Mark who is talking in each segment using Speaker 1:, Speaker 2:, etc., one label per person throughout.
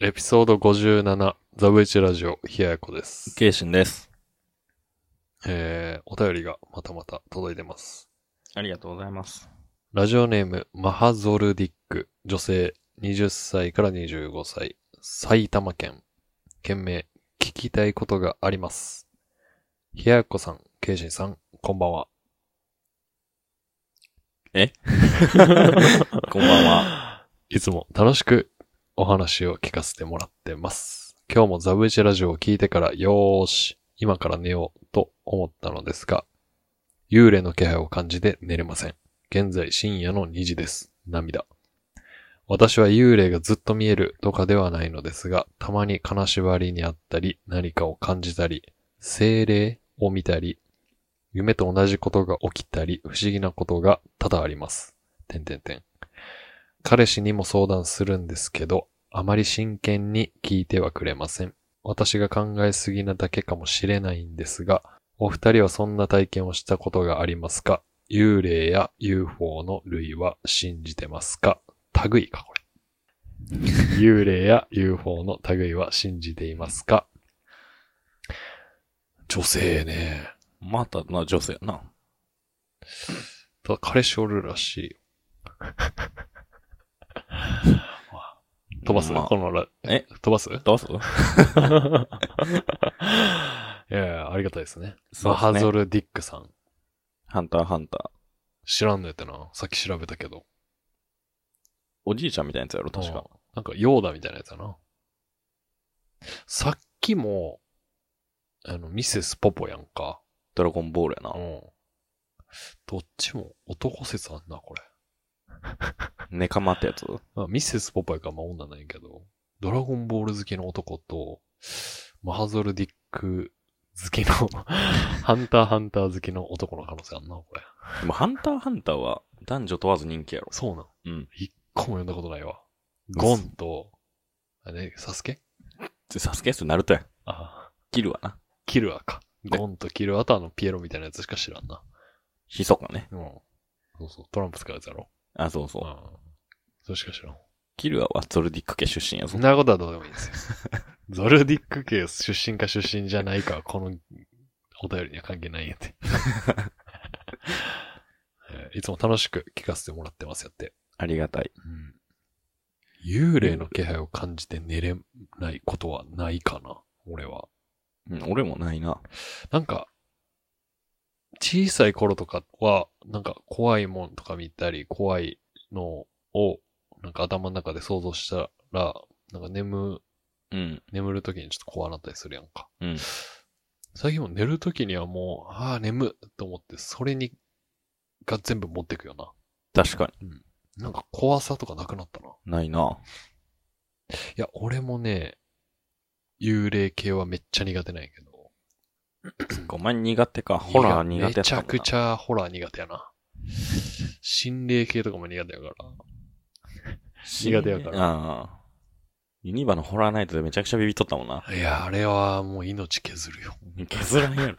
Speaker 1: エピソード57、ザブイチラジオ、ひややこです。
Speaker 2: ケイシンです。
Speaker 1: えー、お便りがまたまた届いてます。
Speaker 2: ありがとうございます。
Speaker 1: ラジオネーム、マハゾルディック、女性、20歳から25歳、埼玉県。県名、聞きたいことがあります。ひややこさん、ケイシンさん、こんばんは。
Speaker 2: こんばんは。
Speaker 1: いつも楽しくお話を聞かせてもらってます。今日もザブイチラジオを聞いてから、よーし、今から寝ようと思ったのですが、幽霊の気配を感じて寝れません。現在深夜の2時です。涙。私は幽霊がずっと見えるとかではないのですが、たまに金縛りにあったり、何かを感じたり、精霊を見たり、夢と同じことが起きたり、不思議なことが多々あります。てんてんてん。彼氏にも相談するんですけど、あまり真剣に聞いてはくれません。私が考えすぎなだけかもしれないんですが、お二人はそんな体験をしたことがありますか幽霊や UFO の類は信じてますか類いか、こ れ。幽霊や UFO の類は信じていますか女性ね。
Speaker 2: またな、女性やな。
Speaker 1: ただ彼氏おるらしいよ。飛ばす、
Speaker 2: まあ
Speaker 1: このラ、
Speaker 2: え
Speaker 1: 飛ばすい
Speaker 2: どうす
Speaker 1: やいや、ありがたいですね。
Speaker 2: そう
Speaker 1: マ
Speaker 2: です
Speaker 1: ハ
Speaker 2: ね
Speaker 1: ゾル・ディックさん。
Speaker 2: ハンターハンター。
Speaker 1: 知らんのやったな。さっき調べたけど。
Speaker 2: おじいちゃんみたいなやつやろ、確か。
Speaker 1: うん。なんか、ヨーダみたいなやつだな。さっきも、あの、ミセス・ポポやんか。
Speaker 2: ドラゴンボールや
Speaker 1: う
Speaker 2: な。
Speaker 1: ん。どっちも男説あんな、これ。
Speaker 2: ネカマってやつ
Speaker 1: まあ、ミセスポパイか、まあ女なんやけど、ドラゴンボール好きの男と、マハゾルディック好きの、 ハンターハンター好きの男の可能性あんな、これ。
Speaker 2: でも、ハンターハンターは男女問わず人気やろ。
Speaker 1: そうなん。
Speaker 2: うん。
Speaker 1: 一個も読んだことないわ。ゴンと、あれ、サスケ
Speaker 2: サスケスナルトやん。
Speaker 1: ああ、
Speaker 2: キルはな。
Speaker 1: キルアか。ゴンとキルアとあのピエロみたいなやつしか知らんな。
Speaker 2: ヒソかね。
Speaker 1: うん。そうそう、トランプ使うやつやろ。
Speaker 2: あ、そう
Speaker 1: う
Speaker 2: そ
Speaker 1: ん
Speaker 2: う。。
Speaker 1: それしか知らん。
Speaker 2: キルアはゾルディック家出身や
Speaker 1: そ
Speaker 2: ぞ
Speaker 1: ん。なことはどうでもいいですよ。 ゾルディック系出身か出身じゃないかは、このお便りには関係ないんや って。えーいつも楽しく聞かせてもらってますやって。
Speaker 2: ありがたい。
Speaker 1: 幽霊の気配を感じて寝れないことはないかな、俺は。
Speaker 2: うん、俺もないな。
Speaker 1: なんか、小さい頃とかは、なんか怖いもんとか見たり、怖いのを、なんか頭の中で想像したら、なんか眠、
Speaker 2: うん。
Speaker 1: 眠るときにちょっと怖なったりするやんか。
Speaker 2: うん。
Speaker 1: 最近も寝るときにはもう、ああ、眠っと思って、それに、が全部持ってくよ
Speaker 2: 確か
Speaker 1: な。なんか怖さとかなくなったな。
Speaker 2: に。ないな。
Speaker 1: いや、俺もね、幽霊系はめっちゃ苦手なんやけど。
Speaker 2: ごめん、苦手か。ホラー苦手やった
Speaker 1: めちゃくち
Speaker 2: ゃ。
Speaker 1: ゃホラー苦手やな。心霊系とかも苦手やから。苦手やから
Speaker 2: ああ。ユニバのホラーナイトでめちゃくちゃビビっとったもんな。
Speaker 1: いや、あれはもう命削るよ。
Speaker 2: 削らん やろ。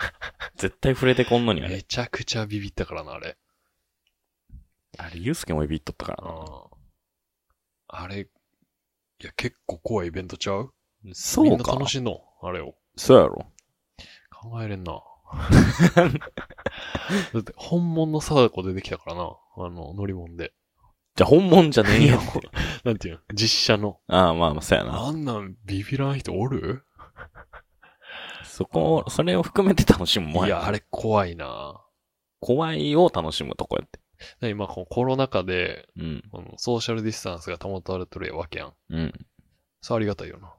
Speaker 2: 絶対触れてこんのにあれ。
Speaker 1: めちゃくちゃビビったからな、あれ。
Speaker 2: あれ、ユうスケもビビっとったからな。
Speaker 1: あれ、いや、結構怖いイベントちゃうみ
Speaker 2: そ
Speaker 1: んな楽しいのあれを。
Speaker 2: そうやろ。
Speaker 1: 考えれん な。だって、本物の貞子出てきたからな。あの、乗り物で。
Speaker 2: じゃあ本物じゃねえよ。
Speaker 1: なんていうの実写の。
Speaker 2: ああ、まあまあ、そうやな。
Speaker 1: あんなんビビらん人おる
Speaker 2: そこを、それを含めて楽しむもん
Speaker 1: い
Speaker 2: や。
Speaker 1: や、あれ怖いな。
Speaker 2: 怖いを楽しむとこやって。
Speaker 1: で今、このコロナ禍で、
Speaker 2: うん。
Speaker 1: このソーシャルディスタンスが保たれてるわけやん。
Speaker 2: うん。
Speaker 1: そうありがたいよな。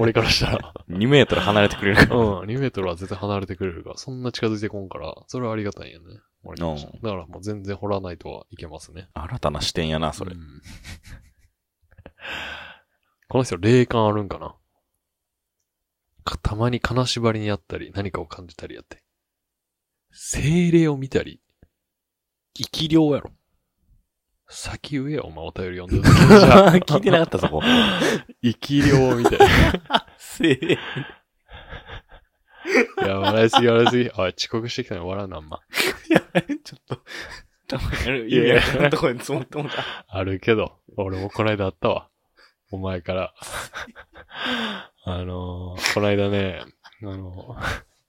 Speaker 1: 俺からしたら。
Speaker 2: 2メートル離れてくれる
Speaker 1: う
Speaker 2: から。
Speaker 1: ん、2メートルは絶対離れてくれるから、そんな近づいてこんから、それはありがたいよね。俺からしたら
Speaker 2: うん
Speaker 1: だからもう全然掘らないとはいけますね。
Speaker 2: 新たな視点やな、それ
Speaker 1: う。ん この人霊感あるんかなかたまに金縛りにあったり、何かを感じたりやって。精霊を見たり、
Speaker 2: 生き量やろ。
Speaker 1: 先上や、お前お便り読んでる時にじ ゃあ
Speaker 2: 聞いてなかった、そこ。
Speaker 1: 生き量みたいな。い
Speaker 2: せえ。
Speaker 1: や、笑いすぎ笑いすぎ。おい、遅刻してきたの笑うな、あんま。
Speaker 2: ちょっと、たまにある
Speaker 1: いや
Speaker 2: 意味わからんとこに積もってもうた。
Speaker 1: あるけど、俺もこの間あったわ。お前から。あのー、こないだね、あのー、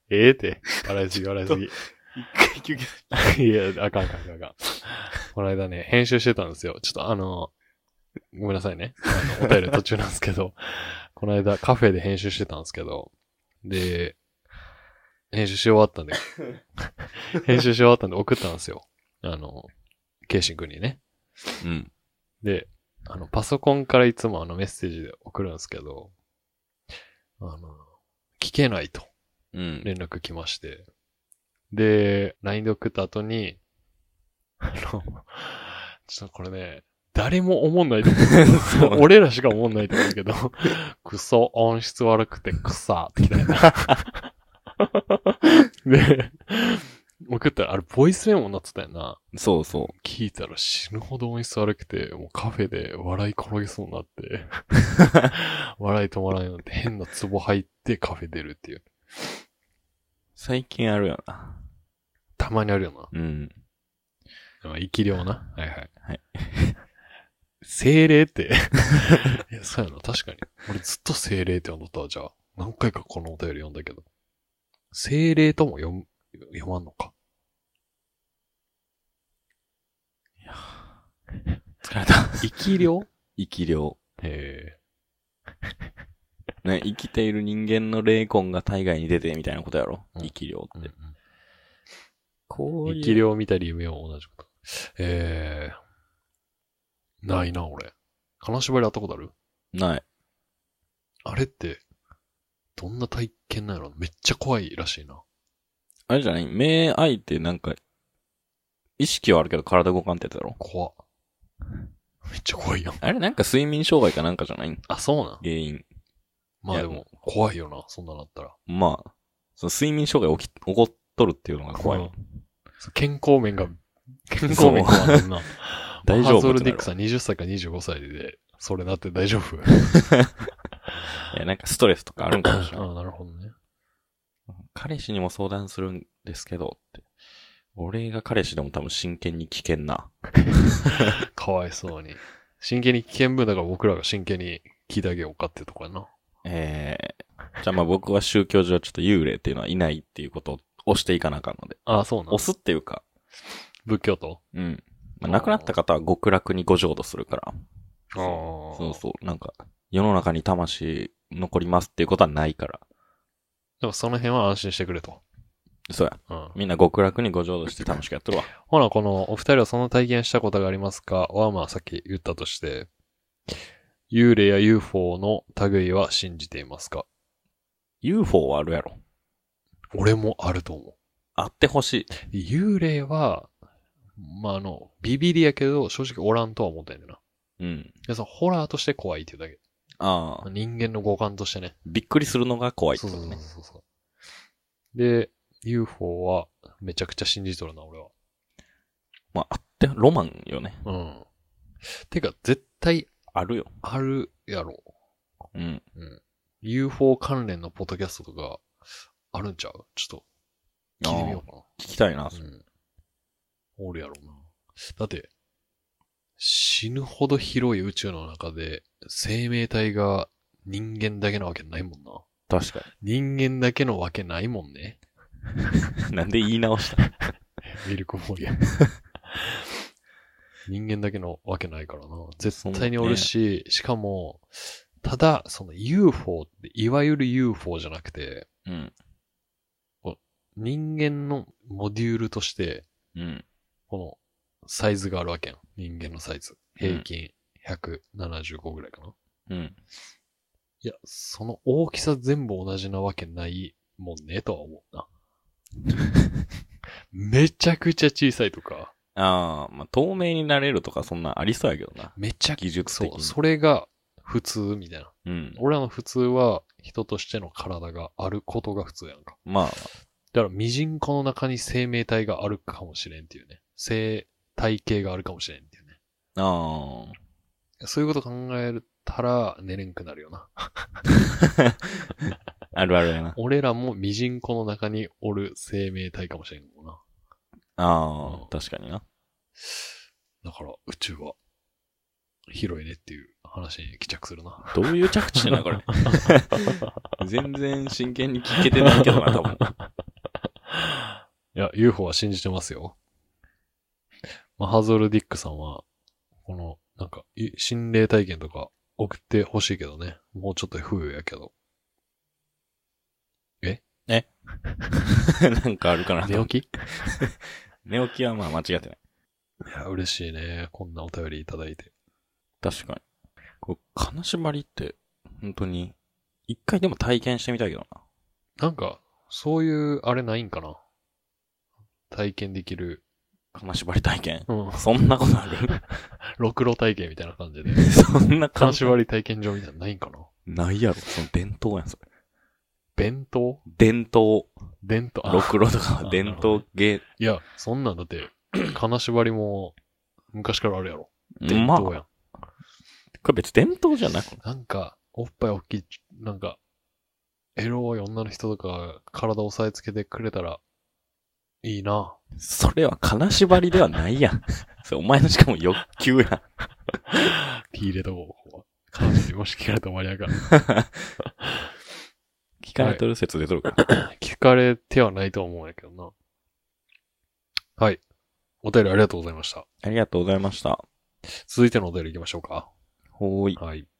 Speaker 1: ええって、笑いすぎ笑いすぎ。
Speaker 2: 一回休 憩。
Speaker 1: いや、あかんあかんあかんあかん。この間ね、編集してたんですよ。ちょっとあの、ごめんなさいね。あの、お便り途中なんですけど、 この間カフェで編集してたんですけど、で、編集し終わったんで、編集し終わったんで送ったんですよ。あの、ケイシン君にね。
Speaker 2: うん。
Speaker 1: で、あの、パソコンからいつもあのメッセージで送るんですけど、あの、聞けないと。
Speaker 2: うん。
Speaker 1: 連絡来まして。で、LINE で送った後に、あの、 ちょっとこれね、誰も思んないと 思
Speaker 2: そう
Speaker 1: う。俺らしか思んないと思うけど、クソ音質悪くてクサってきたよな。 で、送ったら、あれ、ボイスメモになってたよな。
Speaker 2: そうそ
Speaker 1: 聞いたら死ぬほど音質悪くて、もうカフェで笑い転げそうになって、笑い止まらないので変なツボ入ってカフェ出るっていう。
Speaker 2: う。最近あるよな。
Speaker 1: たまにあるよな。
Speaker 2: うん。
Speaker 1: まあ、生き量な。はいはい。
Speaker 2: はい。
Speaker 1: 精霊って。 いや、そうやな。確かに。俺ずっと精霊って呼んどったわ、じゃあ。何回かこのお便り読んだけど。精霊とも読む、読まんのか。
Speaker 2: 疲れた。
Speaker 1: 生き量
Speaker 2: 生き量。
Speaker 1: へえ。
Speaker 2: ね、生きている人間の霊魂が体外に出てみたいなことやろ。
Speaker 1: うん
Speaker 2: 生き量って。
Speaker 1: う
Speaker 2: こ
Speaker 1: ん
Speaker 2: う
Speaker 1: う
Speaker 2: い
Speaker 1: ん
Speaker 2: う。
Speaker 1: 生き量見たり夢を同じこと。ええないな、俺。金縛りあったことある
Speaker 2: ない。
Speaker 1: あれって、どんな体験なのめっちゃ怖いらしいな。
Speaker 2: あれじゃない目開いてなんか、意識はあるけど体動かんってやつやろ。
Speaker 1: 怖っ。めっちゃ怖いやん。
Speaker 2: あれなんか睡眠障害かなんかじゃない
Speaker 1: あ、そうなん
Speaker 2: 原因。
Speaker 1: まあで
Speaker 2: いや
Speaker 1: も、怖いよな、そんななったら。
Speaker 2: まあ、その睡眠障害起き、起こっとるっていうのが怖い。
Speaker 1: うんそう健康面が、健康面怖 いな。
Speaker 2: 大
Speaker 1: ハ
Speaker 2: 丈
Speaker 1: ーゾ
Speaker 2: 夫
Speaker 1: ル
Speaker 2: っ
Speaker 1: ディッ
Speaker 2: てなる
Speaker 1: クさん20歳か25歳で、それなって大丈夫
Speaker 2: いや、なんかストレスとかあるんかもしれない。
Speaker 1: ああ、なるほどね。
Speaker 2: 彼氏にも相談するんですけどって。俺が彼氏でも多分真剣に危険な。
Speaker 1: かわいそうに。真剣に危険分だから僕らが真剣に聞いてあげようかってとこやな。
Speaker 2: えー、じゃあまあ僕は宗教上ちょっと幽霊っていうのはいないっていうことを押していかなあかんので。
Speaker 1: ああ、そうなん
Speaker 2: 押すっていうか、
Speaker 1: 仏教と
Speaker 2: うん。まあ、亡くなった方は極楽にご浄土するから。
Speaker 1: ああ。
Speaker 2: そうそう。なんか、世の中に魂残りますっていうことはないから。
Speaker 1: でもその辺は安心してくれと。
Speaker 2: そうや。
Speaker 1: うん。
Speaker 2: みんな極楽にご浄土して楽しく やってるわ。
Speaker 1: ほら、この、お二人はその体験したことがありますかは、まあ、さっき言ったとして、幽霊や UFO の類は信じていますか
Speaker 2: UFO はあるやろ。
Speaker 1: 俺もあると思う。
Speaker 2: あってほしい。
Speaker 1: 幽霊は、まあ、あの、ビビりやけど、正直おらんとは思ったんだよな。
Speaker 2: うん。
Speaker 1: いや、そのホラーとして怖いっていうだけ。
Speaker 2: ああ。
Speaker 1: 人間の五感としてね。
Speaker 2: びっくりするのが怖いって
Speaker 1: そう
Speaker 2: こ
Speaker 1: そ
Speaker 2: と
Speaker 1: うそう
Speaker 2: ね。
Speaker 1: そうそう。で、UFO は、めちゃくちゃ信じとるな、俺は。
Speaker 2: まあ、あって、ロマンよね。
Speaker 1: うん。てか、絶対
Speaker 2: あるよ。
Speaker 1: あるやろ。
Speaker 2: うん。
Speaker 1: UFO 関連のポッドキャストとか、あるんちゃうちょっと、聞いてみようかな。
Speaker 2: 聞きたいな。
Speaker 1: うん。おるやろうな。だって、死ぬほど広い宇宙の中で、生命体が人間だけなわけないもんな。
Speaker 2: 確か
Speaker 1: 人間だけのわけないもんね。
Speaker 2: に。 なんで言い直した
Speaker 1: ミルクボ ーイ。人間だけのわけないからな。絶対におるし、しかも、ただ、その UFO って、いわゆる UFO じゃなくて、
Speaker 2: うん。
Speaker 1: 人間のモデュールとして、
Speaker 2: うん。
Speaker 1: このサイズがあるわけやん。人間のサイズ。平均175ぐらいかな。
Speaker 2: うん。
Speaker 1: いや、その大きさ全部同じなわけないもんね、とは思 うな。めちゃくちゃ小さいとか、
Speaker 2: ああ、まあ、透明になれるとかそんなんありそうやけどな。
Speaker 1: めちゃく
Speaker 2: 技術
Speaker 1: そ
Speaker 2: 的
Speaker 1: う、
Speaker 2: に。
Speaker 1: それが普通みたいな。
Speaker 2: うん。
Speaker 1: 俺らの普通は人としての体があることが普通やんか。
Speaker 2: まあ、
Speaker 1: だから、ミジンコの中に生命体があるかもしれんっていうね。生態系があるかもしれんっていうね。
Speaker 2: あ
Speaker 1: そういうこと考えたら寝れんくなるよな。
Speaker 2: あ、あるあるやな。
Speaker 1: 俺らもミジンコの中におる生命体かもしれんもんな。う
Speaker 2: あ
Speaker 1: ん
Speaker 2: あ、確かにな。
Speaker 1: だから宇宙は広いねっていう話に帰着するな。
Speaker 2: どういう着地なんこれ。 全然真剣に聞けてないけどな、多分。
Speaker 1: いや、UFO は信じてますよ。マハゾル・ディックさんは、この、なんか、い心霊体験とか送ってほしいけどね。もうちょっと冬やけど。
Speaker 2: なんかあるかなと
Speaker 1: 寝
Speaker 2: 思って。
Speaker 1: 起き
Speaker 2: 寝起きはまあ間違ってない。
Speaker 1: いや、嬉しいね。こんなお便りいただいて。
Speaker 2: 確かに。こう、金縛りって、本当に、一回でも体験してみたいけどな。
Speaker 1: なんか、そういう、あれないんかな体験できる。
Speaker 2: 金縛り体験。
Speaker 1: うん。
Speaker 2: そんなことある
Speaker 1: ろくろ体験みたいな感じで。
Speaker 2: そん
Speaker 1: 金
Speaker 2: な金縛
Speaker 1: 縛り体験場みたいなのないんかな
Speaker 2: り。ないやろ。その伝統やん、それ。
Speaker 1: 弁当
Speaker 2: 伝統。
Speaker 1: 弁当。あ
Speaker 2: ろくろとかは伝統芸。
Speaker 1: いや、そんなんだ って、金縛りも、昔からあるやろ。伝
Speaker 2: まあ、
Speaker 1: 統
Speaker 2: こ
Speaker 1: やん。
Speaker 2: れ別に伝統じゃない
Speaker 1: なんか、おっぱい大きい、なんか、エロい女の人とか、体押さえつけてくれたら、いいな。
Speaker 2: それは金縛りではないやん。 それお前のしかも欲求やん。
Speaker 1: ピー入れとこうここは。彼女にもし聞かれたら終わりや から。
Speaker 2: 聞かれとる説出とるか。
Speaker 1: 聞かれてはないと思うんやけどな。はい。お便りありがとうございました。
Speaker 2: ありがとうございました。
Speaker 1: 続いてのお便り行きましょうか。
Speaker 2: ほーい。
Speaker 1: はい。